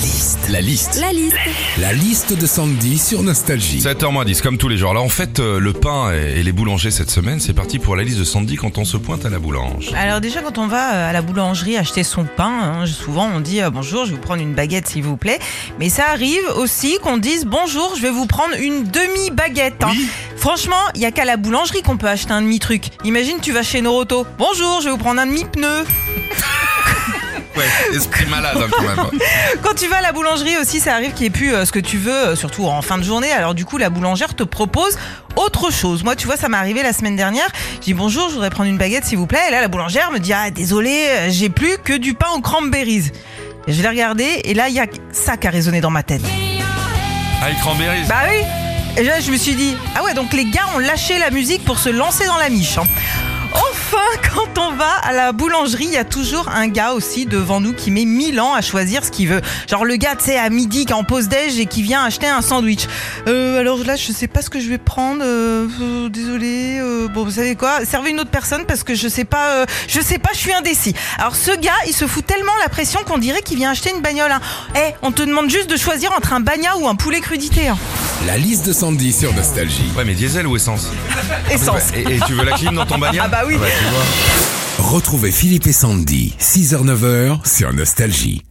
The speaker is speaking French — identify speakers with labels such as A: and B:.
A: liste. La liste.
B: La liste.
A: La liste de Sandy sur Nostalgie.
C: 7h10, comme tous les jours. Alors en fait, euh, le pain et et les boulangers cette semaine, c'est parti pour la liste de Sandy quand on se pointe à la boulange.
D: Alors déjà, quand on va euh, à la boulangerie acheter son pain, hein, souvent on dit euh, bonjour, je vais vous prendre une baguette s'il vous plaît. Mais ça arrive aussi qu'on dise bonjour, je vais vous prendre une demi-baguette. hein.
C: Oui.
D: Franchement, il y a qu'à la boulangerie qu'on peut acheter un demi-truc. Imagine, tu vas chez Noroto, bonjour, je vais vous prendre un demi-pneu.
C: Ouais, esprit malade hein, quand même.
D: Quand tu vas à la boulangerie aussi, ça arrive qu'il n'y ait plus euh, ce que tu veux, euh, surtout en fin de journée. Alors du coup, la boulangère te propose autre chose. Moi, tu vois, ça m'est arrivé la semaine dernière. J'ai dit bonjour, je voudrais prendre une baguette, s'il vous plaît. Et là, la boulangère me dit ah désolé, euh, j'ai plus que du pain aux cranberries. Et je l'ai regardé et là, il y a ça qui a résonné dans ma tête.
C: Avec cranberries.
D: Bah oui Et là, je me suis dit, ah ouais, donc les gars ont lâché la musique pour se lancer dans la miche. hein. Enfin, quand on va à la boulangerie, il y a toujours un gars aussi devant nous qui met 1000 ans à choisir ce qu'il veut. Genre le gars, tu sais, à midi, qui est en pause déj et qui vient acheter un sandwich. Euh, alors là, je sais pas ce que je vais prendre. euh, euh, désolé. euh, bon, vous savez quoi Servez une autre personne parce que je sais pas. euh, je sais pas. Je suis indécis. Alors ce gars, il se fout tellement la pression qu'on dirait qu'il vient acheter une bagnole. hein. Eh, on te demande juste de choisir entre un bagna ou un poulet crudité. hein.
A: La liste de Sandy sur Nostalgie.
C: Ouais, mais diesel ou essence
D: Essence.
C: Et, et tu veux la clim dans ton bagnole
D: Ah bah oui.
C: tu vois.
A: Retrouvez Philippe et Sandy, 6h-9h sur Nostalgie.